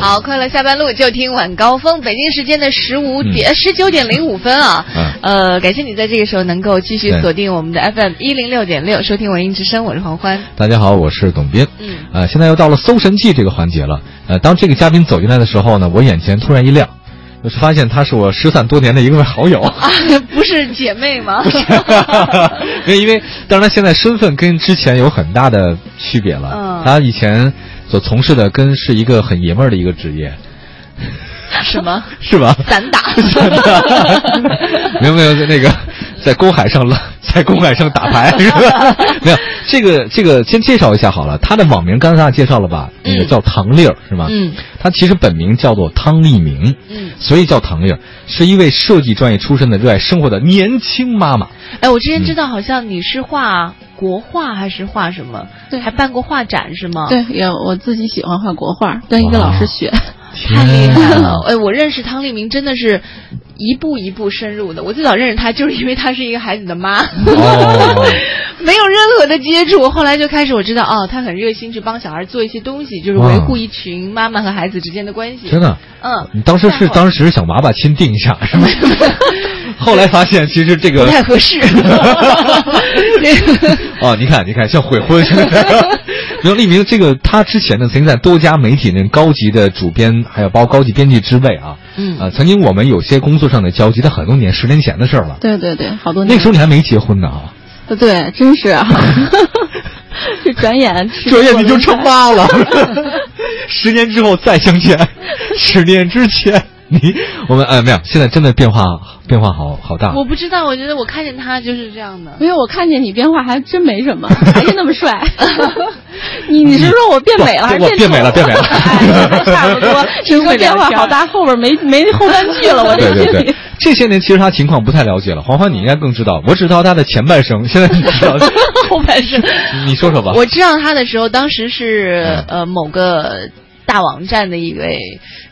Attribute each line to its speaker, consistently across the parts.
Speaker 1: 好，快乐下班路就听晚高峰，北京时间的十五点十九、19点零五分嗯啊。
Speaker 2: 嗯
Speaker 1: 呃，感谢你在这个时候能够继续
Speaker 2: 对
Speaker 1: 锁定我们的 FM 一零六点六，收听文艺之声，我是黄欢。
Speaker 2: 大家好，我是董斌。
Speaker 1: 嗯
Speaker 2: 呃，现在又到了搜神记这个环节了。呃，当这个嘉宾走进来的时候呢，我眼前突然一亮，就是发现他是我失散多年的一位好 友。
Speaker 1: 啊，不是姐妹吗？
Speaker 2: 因为因为，当然现在身份跟之前有很大的区别了。
Speaker 1: 嗯
Speaker 2: 他以前所从事的跟是一个很爷们儿的一个职业，
Speaker 1: 什么？
Speaker 2: 是吧？
Speaker 1: 散打
Speaker 2: 没有没有，在那个在公海上拉，在公海上打 牌是吧？没有，这个这个先介绍一下好了，他的网名刚才大家介绍了吧？那个
Speaker 1: 嗯
Speaker 2: 叫唐丽儿是吗？
Speaker 1: 嗯，
Speaker 2: 他其实本名叫做汤立明，
Speaker 1: 嗯
Speaker 2: 所以叫唐丽儿，是一位设计专业出身的热爱生活的年轻妈妈。
Speaker 1: 哎，我之前知道好像你是画国画还是画什么，
Speaker 3: 对
Speaker 1: 还办过画展是
Speaker 2: 啊
Speaker 1: 吗？。
Speaker 3: 对，也我自己喜欢画国画，跟一个老师学。
Speaker 2: 哦
Speaker 1: 太厉害
Speaker 2: 天
Speaker 1: 了
Speaker 2: 啊！！
Speaker 1: 哎，我认识汤立明真的是一步一步深入的。我最早认识他就是因为他是一个孩子的妈，
Speaker 2: 哦
Speaker 1: 没有任何的接触。后来就开始我知道，哦，他很热心去帮小孩做一些东西，就是维护
Speaker 2: 哇
Speaker 1: 一群妈妈和孩子之间的关系。
Speaker 2: 真，的，
Speaker 1: 嗯，
Speaker 2: 你当时是
Speaker 1: 然后
Speaker 2: 当时想娃娃亲定一下 是吗？后来发现其实这个
Speaker 1: 不太合 适。 对
Speaker 2: 哦，你看，你看，像悔婚 似的。没有，立明，这个他之前呢，曾经在多家媒体那高级的主编，还有包括高级编辑之位啊，
Speaker 1: 嗯
Speaker 2: 啊、曾经我们有些工作上的交集，但很多年，十年前的事儿了。
Speaker 3: 对对对，好多
Speaker 2: 那
Speaker 3: 年
Speaker 2: 个时候你还没结婚呢啊，
Speaker 3: 候对，真 是啊， 这转眼是
Speaker 2: 转眼你就
Speaker 3: 过
Speaker 2: 成
Speaker 3: 了
Speaker 2: 妈了。 十年之后再相见，十年之前你我们呃没有，现在真的变化变化好好大。
Speaker 1: 我不知道，我觉得我看见他就是这 样的。
Speaker 3: 没有，我看见你变化还真没什么，还是那么帅。 你你是说我变美了，还是
Speaker 2: 我嗯变
Speaker 3: 丑
Speaker 2: 美了变美了
Speaker 3: 哎还差 不多。你说变化好大，后边没没后半句 了，我
Speaker 2: 对
Speaker 3: 这
Speaker 2: 对
Speaker 3: 心
Speaker 2: 对
Speaker 3: 里。，
Speaker 2: 这些年其实他情况不太了解了，黄欢你应该更知道，我只知道他的前半生，现在你 知道
Speaker 1: 后半生。
Speaker 2: 你说说吧。嗯
Speaker 1: 我知道他的时候，当时是呃某个大网站的一位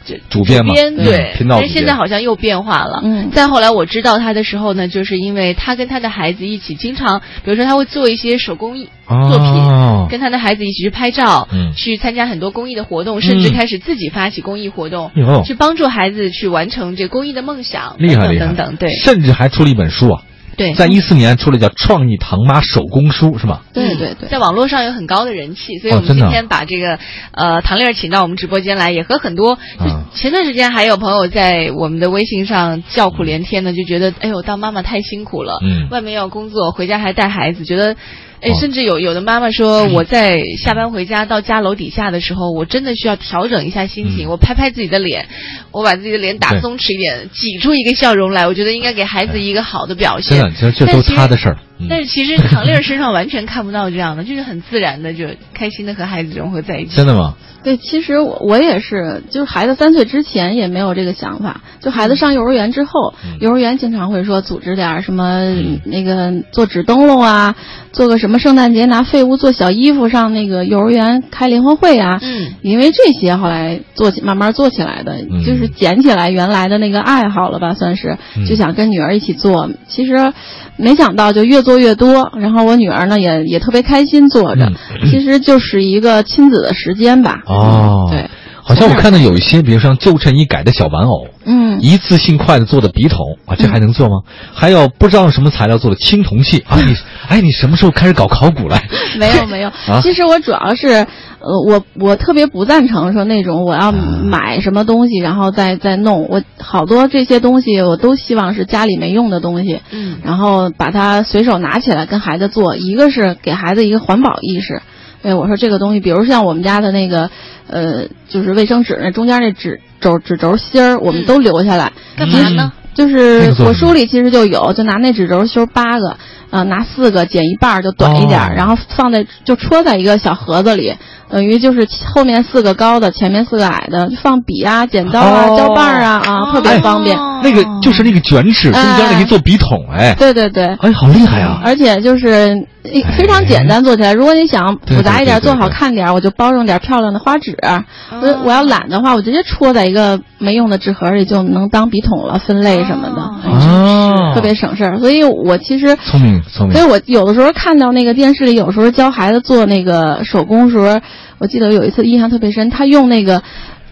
Speaker 1: 就
Speaker 2: 主编嘛嗯
Speaker 1: 对，
Speaker 2: 频道
Speaker 1: 但
Speaker 2: 主
Speaker 1: 是
Speaker 2: 编
Speaker 1: 现在好像又变化了。
Speaker 3: 嗯
Speaker 1: 再后来我知道他的时候呢，就是因为他跟他的孩子一起经常，比如说他会做一些手工艺作品。
Speaker 2: 哦
Speaker 1: 跟他的孩子一起去拍照，
Speaker 2: 嗯
Speaker 1: 去参加很多公益的活动，甚至
Speaker 2: 嗯
Speaker 1: 开始自己发起公益活动，
Speaker 2: 哟
Speaker 1: 去帮助孩子去完成这公益的梦想，
Speaker 2: 厉害厉害，
Speaker 1: 等等等等，对
Speaker 2: 甚至还出了一本书啊，
Speaker 1: 对，
Speaker 2: 在一四年出了叫《创意唐妈手工书》，是吧？
Speaker 3: 对对对
Speaker 1: 在网络上有很高的人气，所以
Speaker 2: 哦
Speaker 1: 我们
Speaker 2: 真的
Speaker 1: 今
Speaker 2: 啊
Speaker 1: 天把这个、呃唐丽儿请到我们直播间来，也和很多就
Speaker 2: 啊
Speaker 1: 前段时间还有朋友在我们的微信上叫苦连天的，就觉得哎呦当妈妈太辛苦了，
Speaker 2: 嗯
Speaker 1: 外面要工作，回家还带孩子，觉得。哎
Speaker 2: 哦，嗯
Speaker 1: 甚至有有的妈妈说，我在下班回家到家楼底下的时候，我真的需要调整一下心情，
Speaker 2: 嗯
Speaker 1: 我拍拍自己的脸，我把自己的脸打
Speaker 2: 对
Speaker 1: 松弛一点，挤出一个笑容来。我觉得应该给孩子一个好的表
Speaker 2: 真
Speaker 1: 现。
Speaker 2: 的，其实这
Speaker 1: 但
Speaker 2: 都
Speaker 1: 其实
Speaker 2: 他的事儿。嗯
Speaker 1: 但是其实唐丽儿身上完全看不到这样的，就是很自然的就开心的和孩子融合在一起。
Speaker 2: 真的吗？
Speaker 3: 对，其实我我也是，就是孩子三岁之前也没有这个想法，就孩子上幼儿园之后，
Speaker 2: 嗯
Speaker 3: 幼儿园经常会说组织点儿什么、
Speaker 2: 嗯
Speaker 3: 那个做纸灯笼啊，做个什么圣诞节拿废物做小衣服，上那个幼儿园开联欢会啊，
Speaker 1: 嗯，
Speaker 3: 因为这些后来做起慢慢做起来的，
Speaker 2: 嗯
Speaker 3: 就是捡起来原来的那个爱好了吧，算是
Speaker 2: 嗯
Speaker 3: 就想跟女儿一起做。其实没想到就越做越多，然后我女儿呢也也特别开心做
Speaker 2: 嗯
Speaker 3: 着，其实就是一个亲子的时间吧。
Speaker 2: 哦
Speaker 3: 嗯对，
Speaker 2: 好像我看到有一些，比如像旧衬衣改的小玩偶，
Speaker 3: 嗯，
Speaker 2: 一次性筷子做的笔筒啊，这
Speaker 1: 嗯
Speaker 2: 还能做吗？还有不知道什么材料做的青铜器啊，你哎，你什么时候开始搞考古来？
Speaker 3: 没有没有，
Speaker 2: 啊
Speaker 3: 其实我主要是。呃，我我特别不赞成说那种我
Speaker 2: 啊
Speaker 3: 要买什么东西，然后再再弄。我好多这些东西，我都希望是家里没用的东西。
Speaker 1: 嗯，
Speaker 3: 然后把它随手拿起来跟孩子做，一个是给孩子一个环保意识。对，我说这个东西，比如像我们家的那个，呃，就是卫生纸那中间那纸轴纸轴芯儿，我们都留下来。
Speaker 1: 干嘛呢？
Speaker 3: 就是
Speaker 2: 那个做
Speaker 3: 我
Speaker 2: 什么
Speaker 3: 书里其实就有，就拿那纸轴修八个，呃，拿四个剪一半儿就短一点儿，
Speaker 2: 哦
Speaker 3: 然后放在就戳在一个小盒子里，等于就是后面四个高的，前面四个矮的，放笔啊、剪刀啊、
Speaker 2: 哦
Speaker 3: 胶棒儿啊啊，特别方便。
Speaker 1: 哦
Speaker 2: 那个就是那个卷尺中间那个一做笔筒，哎，
Speaker 3: 哦对对对，
Speaker 2: 哎，好厉害啊！
Speaker 3: 而且就是一
Speaker 2: 哎
Speaker 3: 非常简单做起来。如果你想复杂一点、
Speaker 2: 对对对对
Speaker 3: 做好看点，我就包上点漂亮的花纸。啊我我要懒的话，我直接戳在一个没用的纸盒里，就能当笔筒了，分类什么
Speaker 1: 哦
Speaker 3: 的，嗯
Speaker 2: 啊，
Speaker 3: 特别哎省事儿。所以我其实。
Speaker 2: 聪明聪明
Speaker 3: 所以，。我有的时候看到那个电视里，有时候教孩子做那个手工时候，我记得有一次印象特别深，他用那个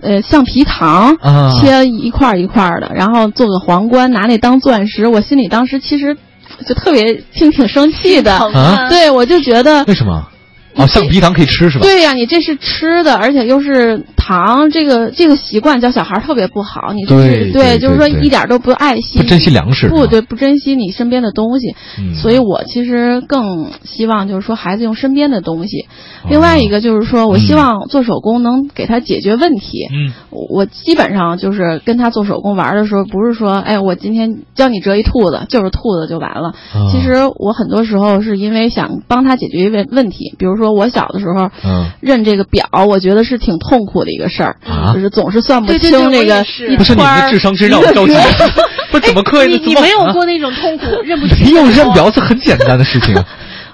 Speaker 3: 呃橡皮糖
Speaker 2: 啊
Speaker 3: 切一块儿一块儿的，然后做个皇冠，拿那当钻石。我心里当时其实就特别挺挺生气的，
Speaker 2: 啊
Speaker 3: 对我就觉得
Speaker 2: 为什么？哦，橡皮糖可以吃是吧？
Speaker 3: 对呀、你这是吃的，而且又是糖，这个这个习惯教小孩儿特别不好。你真
Speaker 2: 对
Speaker 3: 是
Speaker 2: 对
Speaker 3: 就是说
Speaker 2: 对对
Speaker 3: 一点儿都不爱惜，
Speaker 2: 不珍惜粮食
Speaker 3: 不
Speaker 2: 是吧
Speaker 3: 对，不珍惜你身边的东西。
Speaker 2: 嗯
Speaker 3: 所以我其实更希望就是说孩子用身边的东西。
Speaker 2: 哦
Speaker 3: 另外一个就是说我希望做手工能给他解决问题。
Speaker 2: 嗯
Speaker 3: 我我基本上就是跟他做手工玩儿的时候，不是说，哎，我今天教你折一兔子，就是兔子就完了。
Speaker 2: 哦
Speaker 3: 其实我很多时候是因为想帮他解决一问问题，比如说我小的时候，
Speaker 2: 嗯
Speaker 3: 认这个表，我觉得是挺痛苦的一个事儿，
Speaker 2: 啊
Speaker 3: 就是总是算不
Speaker 1: 对对对
Speaker 3: 清这
Speaker 1: 我也
Speaker 3: 个
Speaker 1: 是
Speaker 3: 一
Speaker 2: 不是你们
Speaker 3: 圈儿哎
Speaker 2: 的智商真让我 着急， 不是怎么刻意
Speaker 1: 你
Speaker 2: 地
Speaker 1: 你
Speaker 2: 做
Speaker 1: 没有
Speaker 2: 啊
Speaker 1: 过那种痛苦认不
Speaker 2: 没
Speaker 1: 清
Speaker 2: 有
Speaker 1: 的时
Speaker 2: 认
Speaker 1: 候
Speaker 2: 表是很简单的事情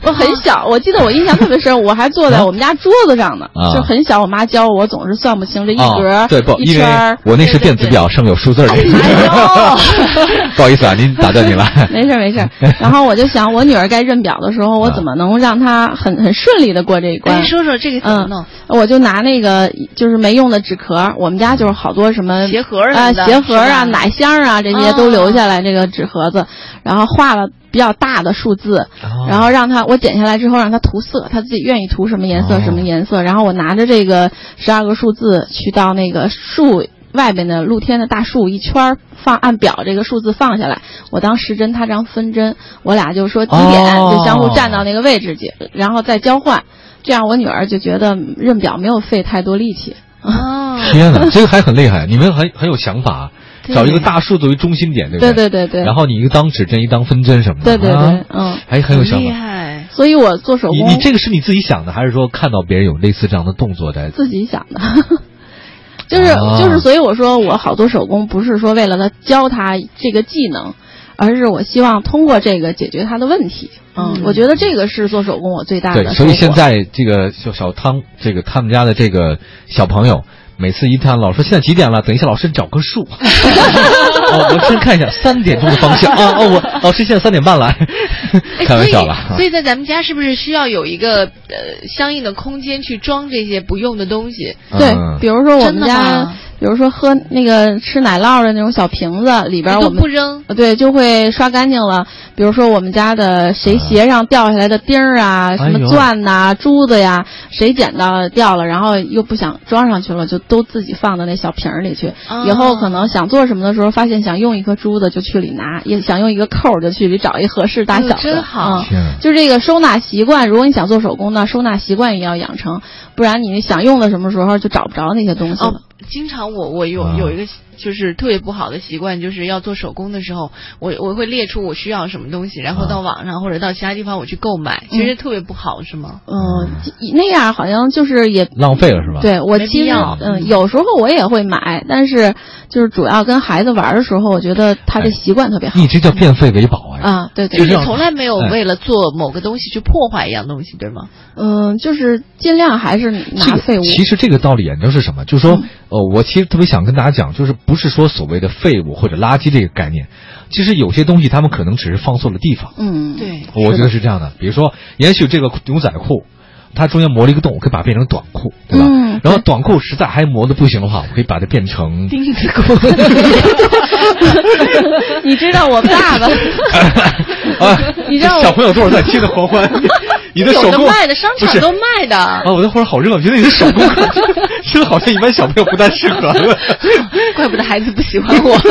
Speaker 3: 我很小，我记得我印象特别深，我还坐在
Speaker 2: 啊
Speaker 3: 我们家桌子上呢，
Speaker 2: 啊
Speaker 3: 就很小，我妈教我，我总是算不清这 一格、
Speaker 2: 啊。对，不，
Speaker 3: 一
Speaker 2: 因为
Speaker 3: 圈儿。
Speaker 2: 我那是电子表，上面有数字儿的。
Speaker 1: 哎
Speaker 2: 不好意思啊，您打断您了。
Speaker 3: 哎 没事儿没 事儿，然后我就想，我女儿该认表的时候，我
Speaker 2: 啊
Speaker 3: 怎么能让她很很顺利的过这一关？
Speaker 1: 哎，说说这个怎么
Speaker 2: 嗯
Speaker 1: 弄？
Speaker 3: 我就拿那个就是没用的纸壳，我们家就是好多什么
Speaker 1: 鞋盒儿什
Speaker 3: 啊、
Speaker 1: 么的
Speaker 3: 鞋盒儿啊、
Speaker 1: 是吧
Speaker 3: 奶箱儿啊这些都留下来这个纸盒子，然后画了比较大的数字，
Speaker 2: 哦
Speaker 3: 然后让他我剪下来之后让他涂色，他自己愿意涂什么颜色、
Speaker 2: 哦
Speaker 3: 什么颜色，然后我拿着这个十二个数字去到那个树。外边的露天的大树一圈儿放按表这个数字放下来，我当时针他当分针，我俩就说几点、
Speaker 2: 哦
Speaker 3: 就相互站到那个位置去，然后再交换。这样我女儿就觉得认表没有费太多力气。
Speaker 1: 哦，
Speaker 2: 天 哪，这个还很厉害，你们很很有想法，
Speaker 1: 对
Speaker 2: 找一个大树作为中心点，对不
Speaker 3: 对
Speaker 2: 对
Speaker 3: 对对对，
Speaker 2: 然后你一当指针，一当分针什么的，
Speaker 3: 对对对
Speaker 2: 啊，
Speaker 3: 嗯，
Speaker 2: 还很有想
Speaker 1: 厉
Speaker 2: 法。
Speaker 1: 害。
Speaker 3: 所以我做手
Speaker 2: 你
Speaker 3: 工
Speaker 2: 你这个是你自己想的，还是说看到别人有类似这样的动作在？
Speaker 3: 自己想的。 就是
Speaker 2: 啊
Speaker 3: 就是，所以我说我好多手工不是说为了他教他这个技能，而是我希望通过这个解决他的问题。嗯
Speaker 1: 嗯，
Speaker 3: 我觉得这个是做手工我最大
Speaker 2: 对，
Speaker 3: 的收获。
Speaker 2: 所以现在这个小小汤，这个他们家的这个小朋友，每次一看老师说现在几点了，等一下老师你找棵 树，哦，我先看一下三点钟的方向啊，哦，我老师现在三点半了，
Speaker 1: 哎
Speaker 2: 开玩笑了。
Speaker 1: 所以，所以在咱们家是不是需要有一个呃相应的空间去装这些不用的东西？
Speaker 3: 对
Speaker 2: 嗯，
Speaker 3: 比如说我
Speaker 1: 真
Speaker 3: 们
Speaker 1: 的
Speaker 3: 家
Speaker 1: 吗，
Speaker 3: 比如说喝那个吃奶酪的那种小瓶子里边，我
Speaker 1: 哎都
Speaker 3: 们
Speaker 1: 不扔，
Speaker 3: 呃，对，就会刷干净了。比如说我们家的谁鞋上掉下来的钉儿啊，什
Speaker 2: 啊哎呦
Speaker 3: 么钻呐、珠子呀，谁捡到掉了，然后又不想装上去了，就都自己放到那小瓶儿里去。以后可能想做什么的时候，发现想用一颗珠子就去里拿，也想用一个扣儿就去里找一合适大小的。
Speaker 1: 哎呦真好
Speaker 3: 嗯
Speaker 2: 天啊
Speaker 3: 就这个收纳习惯，如果你想做手工呢，收纳习惯也要养成，不然你想用的什么时候就找不着那些东西了。
Speaker 1: 哦，经常我我有
Speaker 2: 啊
Speaker 1: 有一个就是特别不好的习惯，就是要做手工的时候，我我会列出我需要什么东西，然后
Speaker 2: 啊嗯
Speaker 1: 到网上或者到其他地方我去购买，其实特别不好，是吗？
Speaker 3: 嗯，那样好像就是也
Speaker 2: 浪费了是吧？，
Speaker 3: 对我
Speaker 1: 没
Speaker 3: 其
Speaker 1: 必
Speaker 3: 实
Speaker 1: 要
Speaker 3: 嗯，有时候我也会买，但是就是主要跟孩子玩的时候，我觉得他这习惯特别好
Speaker 2: 你这叫变废为宝哎。
Speaker 3: 啊。对
Speaker 1: 就
Speaker 3: 对
Speaker 1: 是
Speaker 2: 这，样
Speaker 1: 从来没有
Speaker 2: 哎
Speaker 1: 为了做某个东西去破坏一样东西，对吗？
Speaker 3: 嗯，就是尽量还是
Speaker 2: 这
Speaker 3: 拿
Speaker 2: 个
Speaker 3: 废物。
Speaker 2: 其实这个道理研究是什么？就是说，呃，我其实特别想跟大家讲，就是不是说所谓的废物或者垃圾这个概念，其实有些东西他们可能只是放错了地方。
Speaker 3: 嗯，
Speaker 1: 对，
Speaker 2: 我觉得是这样的，比如说，也许这个牛仔裤，它中间磨了一个洞，我可以把它变成短裤，对吧？
Speaker 3: 嗯
Speaker 2: 然后短裤实在还磨的不行的话，我可以把它变成
Speaker 1: 钉子裤，
Speaker 3: 你知道我爸爸
Speaker 2: 啊，
Speaker 3: 你知道
Speaker 2: 这
Speaker 3: 我
Speaker 2: 小朋友都是在听的狂欢，你的手
Speaker 1: 有的
Speaker 2: 工
Speaker 1: 卖的，商
Speaker 2: 不是
Speaker 1: 场都卖的，
Speaker 2: 啊，我那会儿好热，觉得你的手 工真的好像一般小朋友不太适合。
Speaker 1: 怪不得孩子不喜欢我。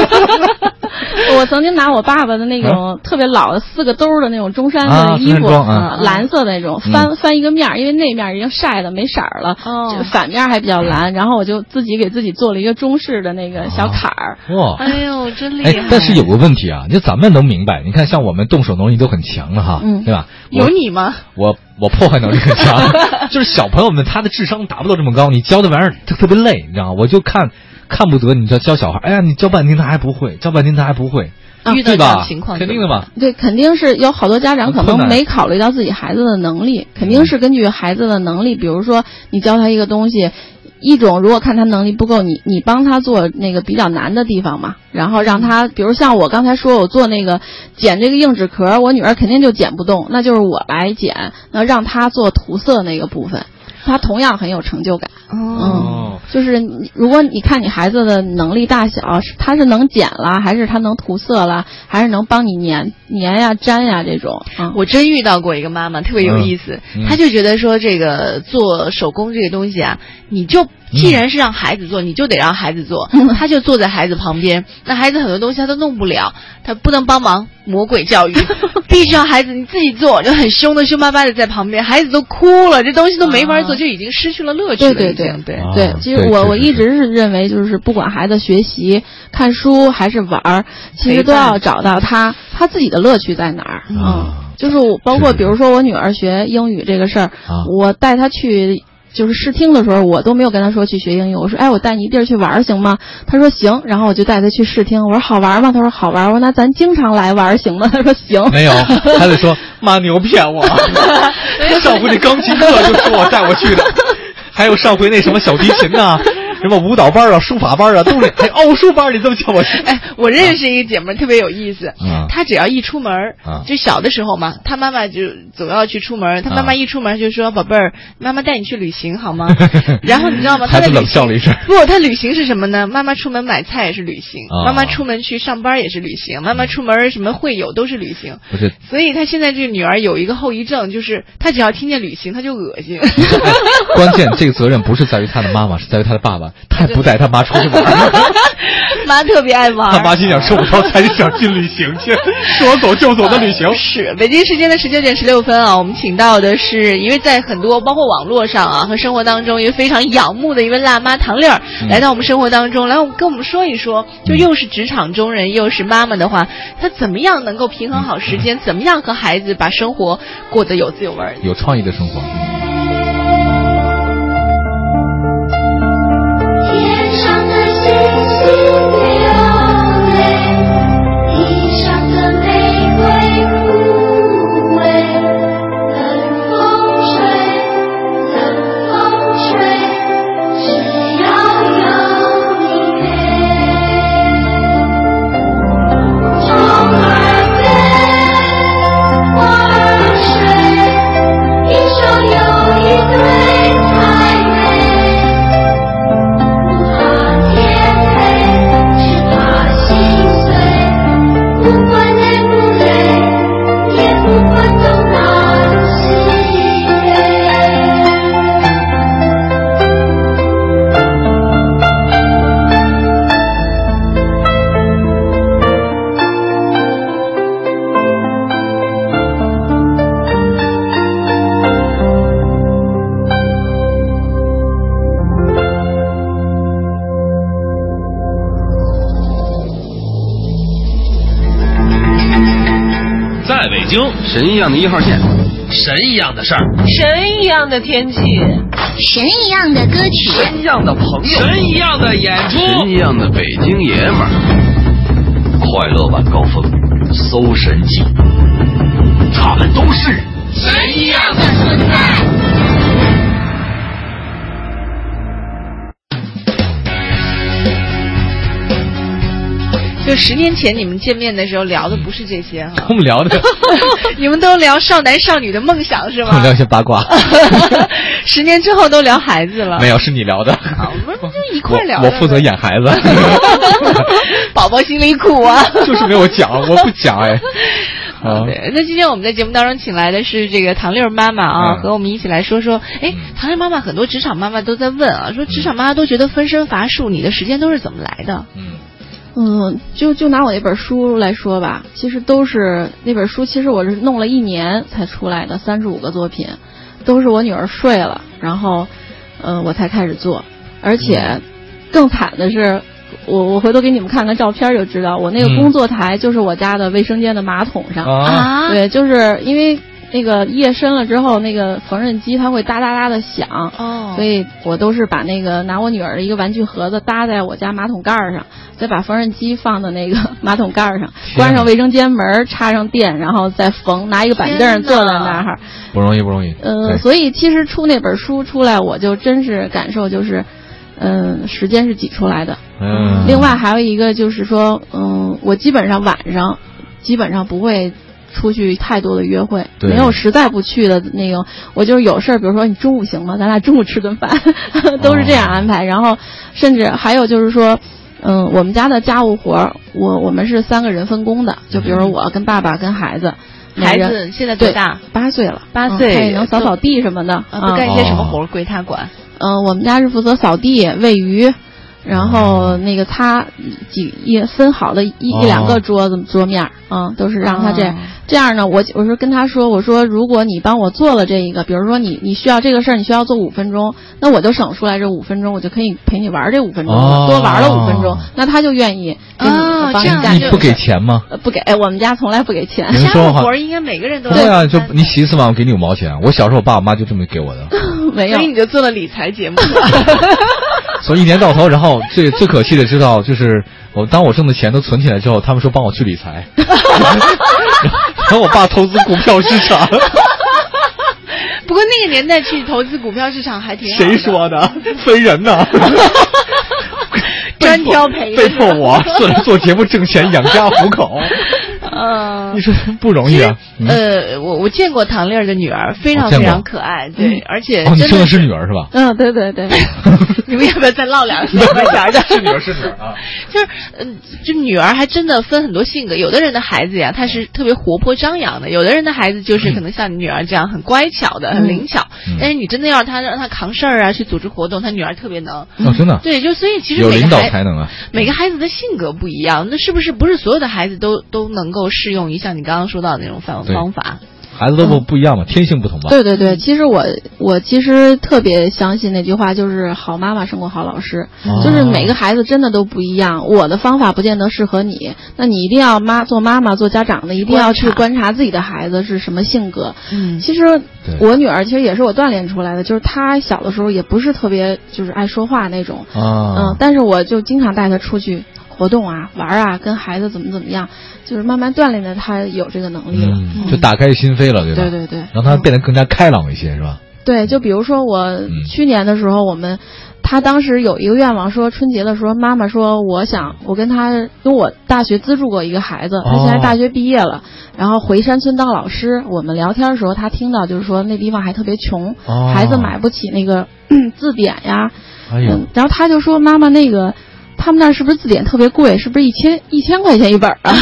Speaker 3: 我曾经拿我爸爸的那种特别老的四个兜儿的那种中山
Speaker 2: 嗯啊
Speaker 3: 的衣
Speaker 2: 中山
Speaker 3: 服，
Speaker 2: 装啊
Speaker 3: 蓝色的那种，
Speaker 2: 嗯
Speaker 3: 翻翻一个面儿，因为那面儿已经晒的没色儿了，
Speaker 1: 哦
Speaker 3: 就反面儿还比较蓝，然后我就自己给自己做了一个中式的那个
Speaker 2: 哦
Speaker 3: 小坎儿。
Speaker 2: 哇，
Speaker 1: 哎呦，真厉害！
Speaker 2: 哎，但是有个问题啊，就咱们能明白，你看像我们动手能力都很强了哈，
Speaker 3: 嗯
Speaker 2: 对吧？
Speaker 1: 有
Speaker 2: 我
Speaker 1: 你吗？
Speaker 2: 我我破坏能力很强，就是小朋友们他的智商达不到这么高，你教的玩意儿特特别累，你知道吗？我就看看不得，你知道教小孩，哎呀，你教半天他还不会，教半天他还不会，
Speaker 1: 啊遇到这种
Speaker 2: 对吧？
Speaker 1: 情况
Speaker 2: 肯定
Speaker 1: 怎
Speaker 2: 的
Speaker 1: 么
Speaker 2: 嘛。
Speaker 3: 对，肯定是有好多家长可
Speaker 2: 很困难嗯
Speaker 3: 能没考虑到自己孩子的能力，肯定是根据孩子的能力，比如说你教他一个东西，一种如果看他能力不够，你你帮他做那个比较难的地方嘛，然后让他，比如像我刚才说我做那个剪这个硬纸壳，我女儿肯定就剪不动，那就是我来剪，那让她做涂色那个部分。他同样很有成就感。
Speaker 2: 哦
Speaker 3: 嗯，就是你如果你看你孩子的能力大小，是他是能剪啦，还是他能涂色啦，还是能帮你粘粘呀、粘呀这种啊？
Speaker 1: 我真遇到过一个妈妈，特别有意思，
Speaker 2: 嗯嗯
Speaker 1: 她就觉得说这个做手工这个东西啊，你就既然是让孩子做，你就得让孩子 做，她就坐在孩子旁边，那孩子很多东西她都弄不了，她不能帮忙，魔鬼教 育，必须让孩子你自己做，就很凶的凶巴巴的在旁边，孩子都哭了，这东西都没法做，
Speaker 3: 啊
Speaker 1: 就已经失去了乐趣了，
Speaker 3: 对对对
Speaker 1: 已经对
Speaker 2: 啊
Speaker 3: 对，其实
Speaker 2: 对
Speaker 3: 我
Speaker 2: 对
Speaker 3: 我
Speaker 2: 对
Speaker 3: 一直是认为，就是不管孩子学习、看书还是玩儿，其实都要找到他他自己的乐趣在哪儿。
Speaker 1: 嗯
Speaker 2: 啊
Speaker 3: 嗯，就是我包括
Speaker 2: 是
Speaker 3: 比如说我女儿学英语这个事儿，
Speaker 2: 啊
Speaker 3: 我带她去。就是试听的时候，我都没有跟她说去学英语。我说，哎，我带你一地儿去玩儿行吗？她说行。然后我就带她去试听。我说好玩儿吗？她说好玩儿。我说那咱经常来玩儿行吗？她说 行。
Speaker 2: 没有，还得说 妈牛骗 我，上回这钢琴课就说我带我去 的，还有上回那什么小提琴 呐、什么舞蹈班啊、书法班啊，都是还奥数班，你这么叫我去
Speaker 1: 哎， 我认识一个姐妹儿特别有意思，
Speaker 2: 啊
Speaker 1: 她只要一出门儿
Speaker 2: 啊
Speaker 1: 就小的时候嘛，她妈妈就总要去出门儿，她妈
Speaker 2: 啊
Speaker 1: 妈一出门儿就说：“宝贝儿，妈妈带你去旅行好 吗？”然后你知道吗？她的
Speaker 2: 孩子冷
Speaker 1: 旅
Speaker 2: 笑
Speaker 1: 行
Speaker 2: 了一声。
Speaker 1: 不，她旅行是什么呢？妈妈出门买菜也是旅行，
Speaker 2: 啊
Speaker 1: 妈妈出门去上班也是旅行，妈妈出门儿什么会友都是旅行。
Speaker 2: 不是，
Speaker 1: 所以她现在这个女儿有一个后遗症，就是她只要听见旅行，她就恶 心。
Speaker 2: 关键这个责任不是在于他的妈妈，是在于他的爸爸，他也不带他妈出去玩儿，
Speaker 1: 妈特别爱玩儿，
Speaker 2: 他妈心想吃不着才想去旅行去，说走就走的旅行。
Speaker 1: 呃是北京时间的十九点十六分啊，我们请到的是一位在很多包括网络上啊和生活当中一位非常仰慕的一位辣妈唐丽儿，
Speaker 2: 嗯
Speaker 1: 来到我们生活当中，来我们跟我们说一说，就
Speaker 2: 嗯
Speaker 1: 又是职场中人又是妈妈的话，她怎么样能够平衡好时
Speaker 2: 嗯
Speaker 1: 间，怎么样和孩子把生活过得有滋有味儿？
Speaker 2: 有创意的生 活，
Speaker 4: 天上的星星流泪，地上的玫瑰枯萎。冷风吹，冷风吹，只要有你陪。虫儿飞，花儿睡，一双又一对才美。不怕天黑，只怕心碎。不管累不累，也不管东南西北。
Speaker 5: 在北京，
Speaker 6: 神一样的一号线，
Speaker 5: 神一样的事儿，
Speaker 7: 神一样的天气，
Speaker 4: 神一样的歌曲，
Speaker 5: 神一样的朋友，神一样的演出
Speaker 6: 神一样的北京爷们儿，快乐晚高峰，搜神记，他们都是
Speaker 5: 神一样的存在。
Speaker 1: 就十年前你们见面的时候聊的不是这些哈、
Speaker 2: 我们聊的，
Speaker 1: 你们都聊少男少女的梦想是
Speaker 2: 我们
Speaker 1: 吗？
Speaker 2: 聊一些八卦，
Speaker 1: 十年之后都聊孩子了，
Speaker 2: 没有是你聊的，
Speaker 1: 啊我们就一块儿聊
Speaker 2: 我
Speaker 1: 的
Speaker 2: 我负责演孩 子，
Speaker 1: 宝宝心里苦啊。
Speaker 2: 就是没有讲，我不讲 哎。啊，
Speaker 1: 对，那今天我们在节目当中请来的是这个唐六儿妈妈啊，
Speaker 2: 嗯
Speaker 1: 和我们一起来说说，哎，唐六儿妈妈很多职场妈妈都在问啊，
Speaker 2: 嗯
Speaker 1: 说职场妈妈都觉得分身乏术，你的时间都是怎么来的？
Speaker 2: 嗯，
Speaker 3: 嗯，就就拿我那本书来说吧，其实都是那本书，其实我是弄了一年才出来的，三十五个作品，都是我女儿睡了，然后，呃，我才开始做，而且更惨的是，我我回头给你们看看照片就知道，我那个
Speaker 2: 嗯
Speaker 3: 工作台就是我家的卫生间的马桶上，
Speaker 2: 啊，
Speaker 3: 对，就是因为那个夜深了之后，那个缝纫机它会哒哒哒的响，
Speaker 1: 哦
Speaker 3: 所以我都是把那个拿我女儿的一个玩具盒子搭在我家马桶盖儿上，再把缝纫机放到那个马桶盖儿上，关上卫生间门儿，插上电，然后再缝，拿一个板凳儿
Speaker 1: 天哪
Speaker 3: 坐在那儿。
Speaker 2: 不容易不容易。
Speaker 3: 呃，
Speaker 2: 对
Speaker 3: 所以其实出那本书出来，我就真是感受就是，嗯、时间是挤出来的。
Speaker 2: 嗯，
Speaker 3: 另外还有一个就是说，嗯、我基本上晚上基本上不会出去太多的约会，
Speaker 2: 对
Speaker 3: 没有实在不去的那种。我就是有事儿，比如说你中午行吗？咱俩中午吃顿饭， 都是这样安排。然后甚至还有就是说。嗯，我们家的家务活儿，我我们是三个人分工的，就比如说我跟爸爸跟孩子，每
Speaker 1: 孩
Speaker 3: 人
Speaker 1: 子现在多
Speaker 3: 对
Speaker 1: 大？？
Speaker 3: 八岁了，
Speaker 1: 八
Speaker 3: 嗯
Speaker 1: 岁
Speaker 3: 他也能扫
Speaker 1: 就
Speaker 3: 扫地什么的
Speaker 1: 啊，都干一些什么活
Speaker 2: 哦
Speaker 1: 儿归他管？
Speaker 3: 嗯、我们家是负责扫地、喂鱼，然后那个擦几一分好了一、一两
Speaker 2: 哦
Speaker 3: 个桌子桌面儿，嗯，都是让他这、
Speaker 1: 哦
Speaker 3: 这样呢。我我说跟他说，我说如果你帮我做了这一个，比如说你你需要这个事儿，你需要做五分钟，那我就省出来这五分钟，我就可以陪你玩儿这五分钟了，
Speaker 2: 哦
Speaker 3: 多玩了五分钟，那他就愿意给你、
Speaker 1: 哦
Speaker 3: 帮
Speaker 1: 这样
Speaker 3: 你
Speaker 1: 就
Speaker 2: 你
Speaker 3: 干这
Speaker 2: 不
Speaker 3: 个
Speaker 2: 给
Speaker 3: 事儿
Speaker 2: 钱吗？
Speaker 3: 呃不给，我们家从来不给钱。
Speaker 2: 您
Speaker 1: 家
Speaker 2: 说
Speaker 1: 务
Speaker 2: 话
Speaker 1: 活儿应该每个人都要
Speaker 2: 对啊，就
Speaker 1: 承担
Speaker 2: 你洗一次碗，我给你五毛钱。我小时候，我爸我妈就这么 给我的。
Speaker 3: 没有
Speaker 1: 所以，你就做了理财节目。
Speaker 2: 所以一年到头，然后最最可气的知道，就是我当我挣的钱都存起来之后，他们说帮我去理 财，然后我爸投资股票市场，
Speaker 1: 不过那个年代去投资股票市场还挺好的
Speaker 2: 谁说 的？非人呢？
Speaker 1: 专挑赔
Speaker 2: 被迫我做 做节目挣钱养家糊口，
Speaker 1: 嗯
Speaker 2: 你。说不容易啊！嗯哦
Speaker 1: 呃，我我见过唐丽儿的女儿，非常
Speaker 2: 我见
Speaker 1: 非
Speaker 2: 过
Speaker 1: 常可爱，对，而
Speaker 3: 呃
Speaker 1: 且
Speaker 2: 哦，你
Speaker 1: 真
Speaker 2: 生的
Speaker 1: 的
Speaker 2: 是女儿 是吧？
Speaker 3: 嗯，对对对。
Speaker 1: 你们要不要再唠两句？没钱的，
Speaker 2: 是女儿是女儿啊！
Speaker 1: 就是，嗯，就女儿还真的分很多性格。有的人的孩子呀，她是特别活泼张扬的；有的人的孩子就是可能像你女儿这样很乖巧的、很灵巧。
Speaker 2: 嗯
Speaker 1: 但是你真的要她让她扛事儿啊，去组织活动，她女儿特别 能。
Speaker 2: 哦，真的
Speaker 1: 对，就所以其实
Speaker 2: 有
Speaker 1: 每
Speaker 2: 领
Speaker 1: 个
Speaker 2: 导
Speaker 1: 孩
Speaker 2: 才能啊！
Speaker 1: 每个孩子的性格不一样，那是不是不是所有的孩子都都能够适用于像你刚刚说到的那种方
Speaker 2: 对
Speaker 1: 方法？
Speaker 2: 孩子都不不一样嘛，天性不同吧？嗯
Speaker 3: 对对对，其实我我其实特别相信那句话，就是好妈妈胜过好老师，
Speaker 2: 哦
Speaker 3: 就是每个孩子真的都不一样，我的方法不见得适合你，那你一定要妈做妈妈做家长的一定要去观察自己的孩子是什么性格。
Speaker 1: 嗯
Speaker 3: 其实
Speaker 2: 对
Speaker 3: 我女儿其实也是我锻炼出来的，就是她小的时候也不是特别就是爱说话那种，
Speaker 2: 啊
Speaker 3: 嗯，，但是我就经常带她出去活动啊、玩啊，跟孩子怎么怎么样，就是慢慢锻炼的她有这个能力了。
Speaker 2: 嗯，就打开心扉了，对吧？
Speaker 3: 对嗯对对，
Speaker 2: 让他
Speaker 3: 嗯
Speaker 2: 变得更加开朗一些，是吧？
Speaker 3: 对，就比如说我
Speaker 2: 嗯
Speaker 3: 去年的时候，我们他当时有一个愿望，说春节的时候，妈妈说我想我跟他因为我大学资助过一个孩子，他现
Speaker 2: 哦
Speaker 3: 在大学毕业了，然后回山村当老师。我们聊天的时候，他听到就是说那地方还特别穷，
Speaker 2: 哦
Speaker 3: 孩子买不起那个 字典呀，
Speaker 2: 哎呦，
Speaker 3: 嗯，然后他就说妈妈那个。他们那儿是不是字典特别贵？是不是一千一千块钱一本儿 啊？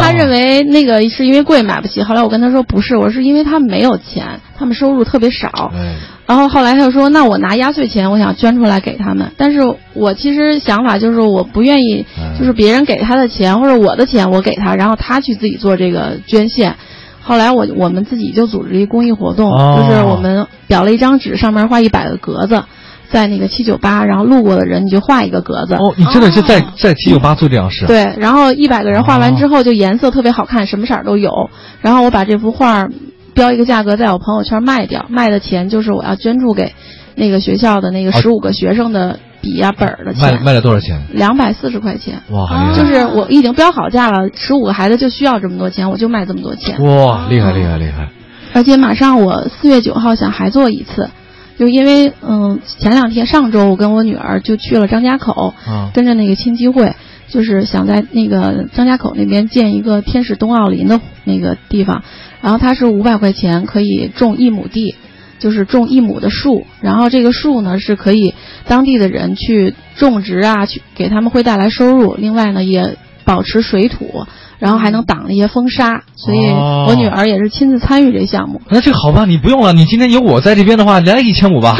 Speaker 3: 他认为那个是因为贵买不起。后来我跟他说不是，我是因为他们没有钱，他们收入特别少。
Speaker 2: 哎，
Speaker 3: 然后后来他就说，那我拿压岁钱，我想捐出来给他们。但是我其实想法就是，我不愿意
Speaker 2: 嗯，
Speaker 3: 就是别人给他的钱或者我的钱我给他，然后他去自己做这个捐献。后来我我们自己就组织一公益活动，
Speaker 2: 哦
Speaker 3: 就是我们裱了一张纸，上面画一百个格子，在那个七九八，然后路过的人你就画一个格子。
Speaker 2: 哦，你真的是在在七九八做这样的事啊？
Speaker 3: 对，然后一百个人画完之后，就颜色特别好看，什么色儿都有。然后我把这幅画儿标一个价格，在我朋友圈卖掉，卖的钱就是我要捐助给那个学校的那个
Speaker 2: 哦
Speaker 3: 十五个学生的笔呀、本儿的
Speaker 2: 卖卖
Speaker 3: 钱，
Speaker 2: 了多少钱？
Speaker 3: 两百四十块钱。
Speaker 2: 哇，
Speaker 1: 啊
Speaker 2: 厉害
Speaker 3: 就是我已经标好价了，十五个孩子就需要这么多钱，我就卖这么多钱。
Speaker 2: 哇，厉害厉害厉害！
Speaker 3: 而且马上我四月九号想还做一次，就因为嗯前两天上周我跟我女儿就去了张家口，
Speaker 2: 啊
Speaker 3: 跟着那个亲戚会，就是想在那个张家口那边建一个天使冬奥林的那个地方，然后它是五百块钱可以种一亩地，就是种一亩的树，然后这个树呢是可以当地的人去种植啊，去给他们会带来收入，另外呢也保持水土，然后还能挡一些风沙，所以
Speaker 2: 哦
Speaker 3: 我女儿也是亲自参与这项目。
Speaker 2: 那这个好办，你不用了，你今天有我在这边的话，来一千五 吧，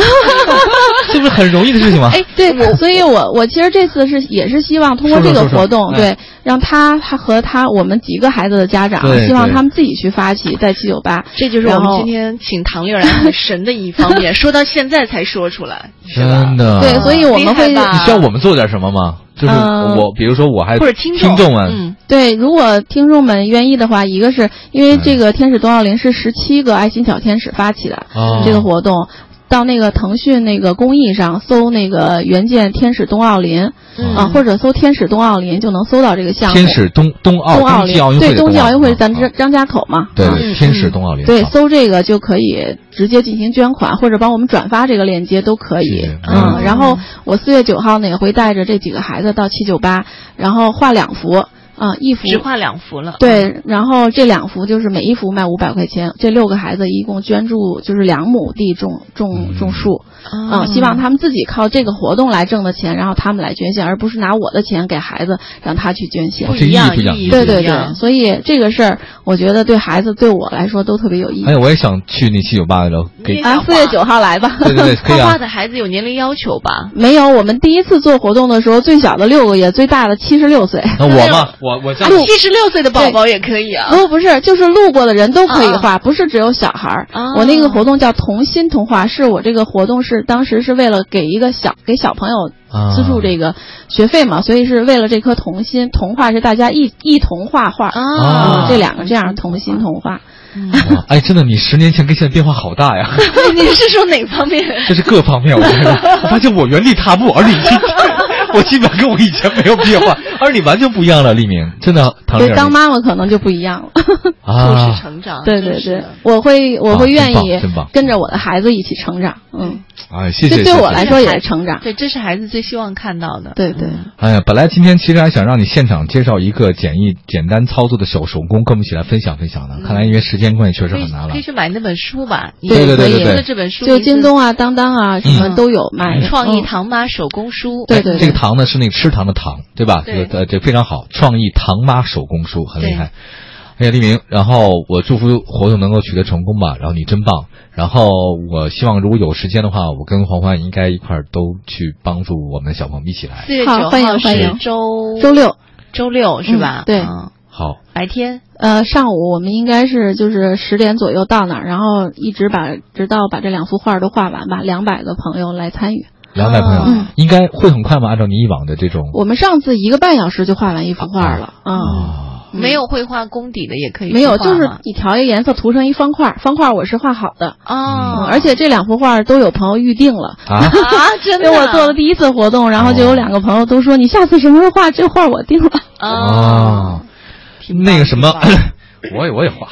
Speaker 2: 是不是很容易的事情嘛？
Speaker 3: 哎， 对，所以我我其实这次是也是希望通过
Speaker 2: 说
Speaker 3: 这
Speaker 2: 说
Speaker 3: 个
Speaker 2: 说
Speaker 3: 活动，
Speaker 2: 哎
Speaker 3: 对，让他他和他我们几个孩子的家长
Speaker 2: 对，
Speaker 3: 希望
Speaker 2: 对
Speaker 3: 他们自己去发起，在七九八，
Speaker 1: 这就是我
Speaker 3: 然
Speaker 1: 们
Speaker 3: 后
Speaker 1: 今天请唐丽儿来神的一方面，说到现在才说出来，是吧
Speaker 2: 真的，
Speaker 3: 对，所以我
Speaker 1: 厉害
Speaker 3: 们会
Speaker 1: 吧
Speaker 2: 你需要我们做点什么吗？就是
Speaker 3: 嗯
Speaker 2: 我，比如说我还
Speaker 1: 或者听
Speaker 2: 听众啊们，
Speaker 1: 嗯，
Speaker 3: 对，如果听众们愿意的话，一个是因为这个天使冬奥林是十七个爱心小天使发起的、
Speaker 2: 哦
Speaker 3: 这个活动，到那个腾讯那个公益上搜那个援建天使冬奥林、
Speaker 2: 嗯
Speaker 3: 啊，或者搜天使冬奥林就能搜到这个项目。
Speaker 2: 天使冬冬奥
Speaker 3: 冬奥
Speaker 2: 哦冬
Speaker 3: 林
Speaker 2: 季奥运会
Speaker 3: 对
Speaker 2: 的
Speaker 3: 冬季奥运会，
Speaker 2: 啊
Speaker 3: 咱张张家口嘛，
Speaker 2: 对
Speaker 3: 啊
Speaker 2: 对天使冬奥林
Speaker 3: 对，
Speaker 2: 啊
Speaker 3: 搜这个就可以直接进行捐款，或者帮我们转发这个链接都可以
Speaker 2: 是。
Speaker 3: 嗯
Speaker 2: 嗯，
Speaker 3: 然后我四月九号呢也会带着这几个孩子到七九八，然后画两幅。啊、一幅
Speaker 1: 只画两幅了。
Speaker 3: 对，然后这两幅就是每一幅卖五百块钱，这六个孩子一共捐助就是两亩地种种种树，嗯、
Speaker 1: 啊，
Speaker 3: 希望他们自己靠这个活动来挣的钱，然后他们来捐献，而不是拿我的钱给孩子让他去捐献
Speaker 2: 哦。
Speaker 1: 不一样，
Speaker 2: 这意义不一样
Speaker 1: 意义
Speaker 3: 对
Speaker 1: 不
Speaker 3: 对
Speaker 1: 一样
Speaker 3: 对，所以这个事儿，我觉得对孩子对我来说都特别有意
Speaker 2: 哎
Speaker 3: 义。
Speaker 2: 呀，我也想去那七九八了，给
Speaker 1: 你
Speaker 3: 啊，四月九号来吧。
Speaker 2: 对对 对，可以
Speaker 1: 画
Speaker 2: 啊
Speaker 1: 画。的孩子有年龄要求吧？
Speaker 3: 没有，我们第一次做活动的时候，最小的六个月，最大的七十六岁。
Speaker 1: 哦
Speaker 2: 那我
Speaker 3: 啊
Speaker 2: 嘛，我我在
Speaker 1: 啊七十六岁的宝宝也可以啊。
Speaker 3: 哦不，不是，就是路过的人都可以画，不是只有小孩儿。
Speaker 1: 啊
Speaker 3: 我那个活动叫童心童话，是我这个活动是当时是为了给一个小给小朋友
Speaker 1: 啊
Speaker 3: 资助这个学费嘛，所以是为了这颗童心童话是大家一一同画画
Speaker 1: 啊
Speaker 3: 嗯这两个这样童心童话，
Speaker 2: 哇哎，真的，你十年前跟现在变化好大呀，
Speaker 1: 你是说哪方面？
Speaker 2: 这是各方面，我觉得，我发现我原地踏步，而你今天，我基本上跟我以前没有变化，而你完全不一样了，丽敏，真的，唐
Speaker 3: 所以
Speaker 2: 丽
Speaker 3: 当妈妈可能就不一样了。
Speaker 1: 促
Speaker 2: 啊
Speaker 1: 使，成长，
Speaker 3: 对
Speaker 1: 真
Speaker 3: 对
Speaker 1: 是
Speaker 3: 对
Speaker 1: 的，
Speaker 3: 我会我
Speaker 2: 啊
Speaker 3: 会愿
Speaker 2: 真棒
Speaker 3: 意
Speaker 2: 真棒
Speaker 3: 跟着我的孩子一起成长，嗯，
Speaker 2: 哎，谢谢，
Speaker 3: 这
Speaker 2: 谢
Speaker 3: 对
Speaker 2: 谢
Speaker 3: 我来说也是成长，
Speaker 1: 对，这是孩子最希望看到的。
Speaker 3: 对对。
Speaker 2: 哎呀，本来今天其实还想让你现场介绍一个简易、简单操作的手手工，跟我们一起来分享分享的。看来因为时间关系，确实
Speaker 1: 可以
Speaker 2: 很难了
Speaker 1: 可以。去买那本书吧。你
Speaker 2: 对对对
Speaker 1: 你
Speaker 2: 对对
Speaker 1: 说的这本书
Speaker 3: 就
Speaker 1: 名字
Speaker 3: 京东啊、当当啊什
Speaker 2: 嗯
Speaker 3: 么都有卖的。
Speaker 1: 《创意
Speaker 3: 嗯
Speaker 1: 唐妈手工书》。
Speaker 3: 对
Speaker 2: 哎
Speaker 3: 对对
Speaker 2: 这个糖呢是那个吃糖的糖，对吧？
Speaker 1: 对
Speaker 2: 这个呃，这非常好，创意糖妈手工书很厉害。哎呀，丽明，然后我祝福活动能够取得成功吧，然后你真棒。然后我希望如果有时间的话，我跟黄欢应该一块儿都去帮助我们的小朋友一起来。
Speaker 1: 四月九
Speaker 3: 好
Speaker 1: 号
Speaker 3: 欢迎欢
Speaker 1: 是
Speaker 3: 迎
Speaker 1: 周
Speaker 3: 周六，
Speaker 1: 周六是吧？
Speaker 3: 嗯对
Speaker 1: 啊
Speaker 2: 好，
Speaker 1: 白天
Speaker 3: 呃，上午我们应该是就是十点左右到那儿，然后一直把直到把这两幅画都画完吧，两百个朋友来参与。
Speaker 2: 两百朋友、
Speaker 1: 嗯
Speaker 2: 应该会很快吗？按照你以往的这种
Speaker 3: 我们上次一个半小时就画完一幅画了，啊、
Speaker 2: 啊，
Speaker 1: 没有绘画功底的也可以
Speaker 3: 没有，
Speaker 1: 去画
Speaker 3: 就是
Speaker 1: 吗
Speaker 3: 你调一个颜色涂成一方块，方块我是画好的，嗯，
Speaker 1: 哦，
Speaker 3: 而且这两幅画都有朋友预定了。
Speaker 2: 啊
Speaker 1: 啊，真
Speaker 3: 因
Speaker 1: 的
Speaker 3: 为
Speaker 1: 啊，
Speaker 3: 我做了第一次活动，然后就有两个朋友都说：“你下次什么时候画这画我定了。
Speaker 1: 哦，挺棒
Speaker 2: 啊那个什么
Speaker 1: 挺棒，
Speaker 2: 我也我也画，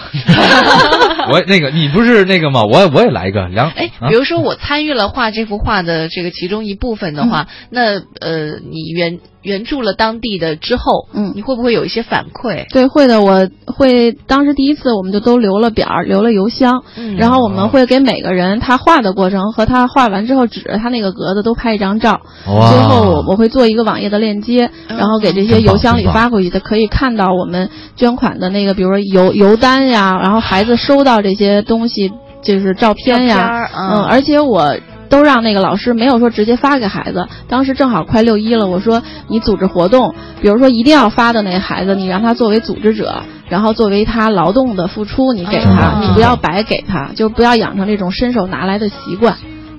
Speaker 2: 我也那个你不是那个吗？我也我也来一个两
Speaker 1: 哎，
Speaker 2: 啊
Speaker 1: 比如说我参与了画这幅画的这个其中一部分的
Speaker 3: 嗯
Speaker 1: 话，那呃，你援援助了当地的之后，
Speaker 3: 嗯
Speaker 1: 你会不会有一些反馈？
Speaker 3: 对，会的，我会当时第一次我们就都留了表儿，留了邮箱，
Speaker 1: 嗯
Speaker 3: 然后我们会给每个人他画的过程和他画完之后指着他那个格子都拍一张照。
Speaker 2: 哇
Speaker 3: 最后我我会做一个网页的链接，
Speaker 1: 嗯
Speaker 3: 然后给这些邮箱里发过去的，可以看到我们捐款的那个，比如说邮邮单呀，然后孩子收到这些东西就是
Speaker 1: 照
Speaker 3: 照片
Speaker 1: 片
Speaker 3: 呀
Speaker 1: 儿，嗯
Speaker 3: 嗯，而且我。都让那个老师没有说直接发给孩子，当时正好快六一了，我说你组织活动，比如说一定要发的那个孩子，你让他作为组织者，然后作为他劳动的付出，你给
Speaker 2: 嗯
Speaker 1: 啊
Speaker 3: 他，你不要白给他，就不要养成这种伸手拿来的习惯，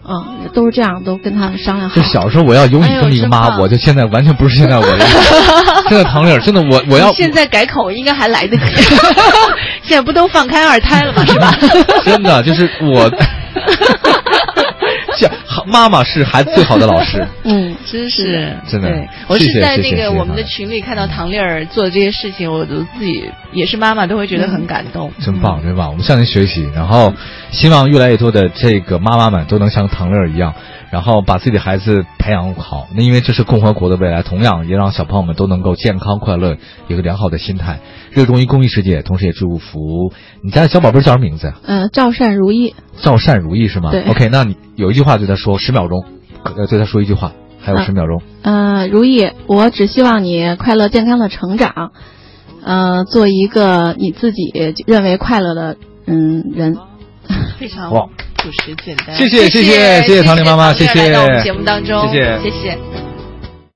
Speaker 3: 嗯，都是这样，都跟他们商量好
Speaker 2: 就。小时候我要有你这么一
Speaker 1: 哎
Speaker 2: 个
Speaker 1: 呦
Speaker 2: 妈，
Speaker 1: 真棒
Speaker 2: 我就现在完全不是现在我的。 真的唐丽儿，真的我我要
Speaker 1: 你现在改口应该还来得及， 现在不都放开二胎了吗？是吧？
Speaker 2: 真的就是 我，这妈妈是孩子最好的老师。
Speaker 3: 嗯，
Speaker 1: 真是
Speaker 2: 真的
Speaker 1: 对我
Speaker 2: 谢
Speaker 1: 是
Speaker 2: 谢
Speaker 1: 在
Speaker 2: 谢
Speaker 1: 那
Speaker 2: 谢
Speaker 1: 个
Speaker 2: 谢谢
Speaker 1: 我们的
Speaker 2: 唐
Speaker 1: 群里看到唐丽儿做这些事情，我都自己也是妈妈，都会觉得很感动。
Speaker 2: 真棒，真棒！我们向您学习，然后希望越来越多的这个妈妈们都能像唐乐儿一样，然后把自己的孩子培养好。那因为这是共和国的未来，同样也让小朋友们都能够健康快乐，有个良好的心态，热衷于公益世界。同时也祝福你家的小宝贝儿叫什么名字呀？
Speaker 3: 呃，赵善如意，
Speaker 2: 赵善如意是吗
Speaker 3: 对
Speaker 2: ？OK，那你有一句话对他说，十秒钟，呃，对他说一句话，还有
Speaker 3: 啊
Speaker 2: 十秒钟。
Speaker 3: 呃，如意，我只希望你快乐健康的成长，呃，做一个你自己认为快乐的嗯人。
Speaker 1: 非常
Speaker 2: 哇
Speaker 1: 朴实简单。
Speaker 2: 谢谢谢谢谢谢唐丽妈妈
Speaker 1: 唐丽儿
Speaker 2: 谢谢
Speaker 1: 来到我们节目当中，
Speaker 2: 谢谢
Speaker 1: 谢谢。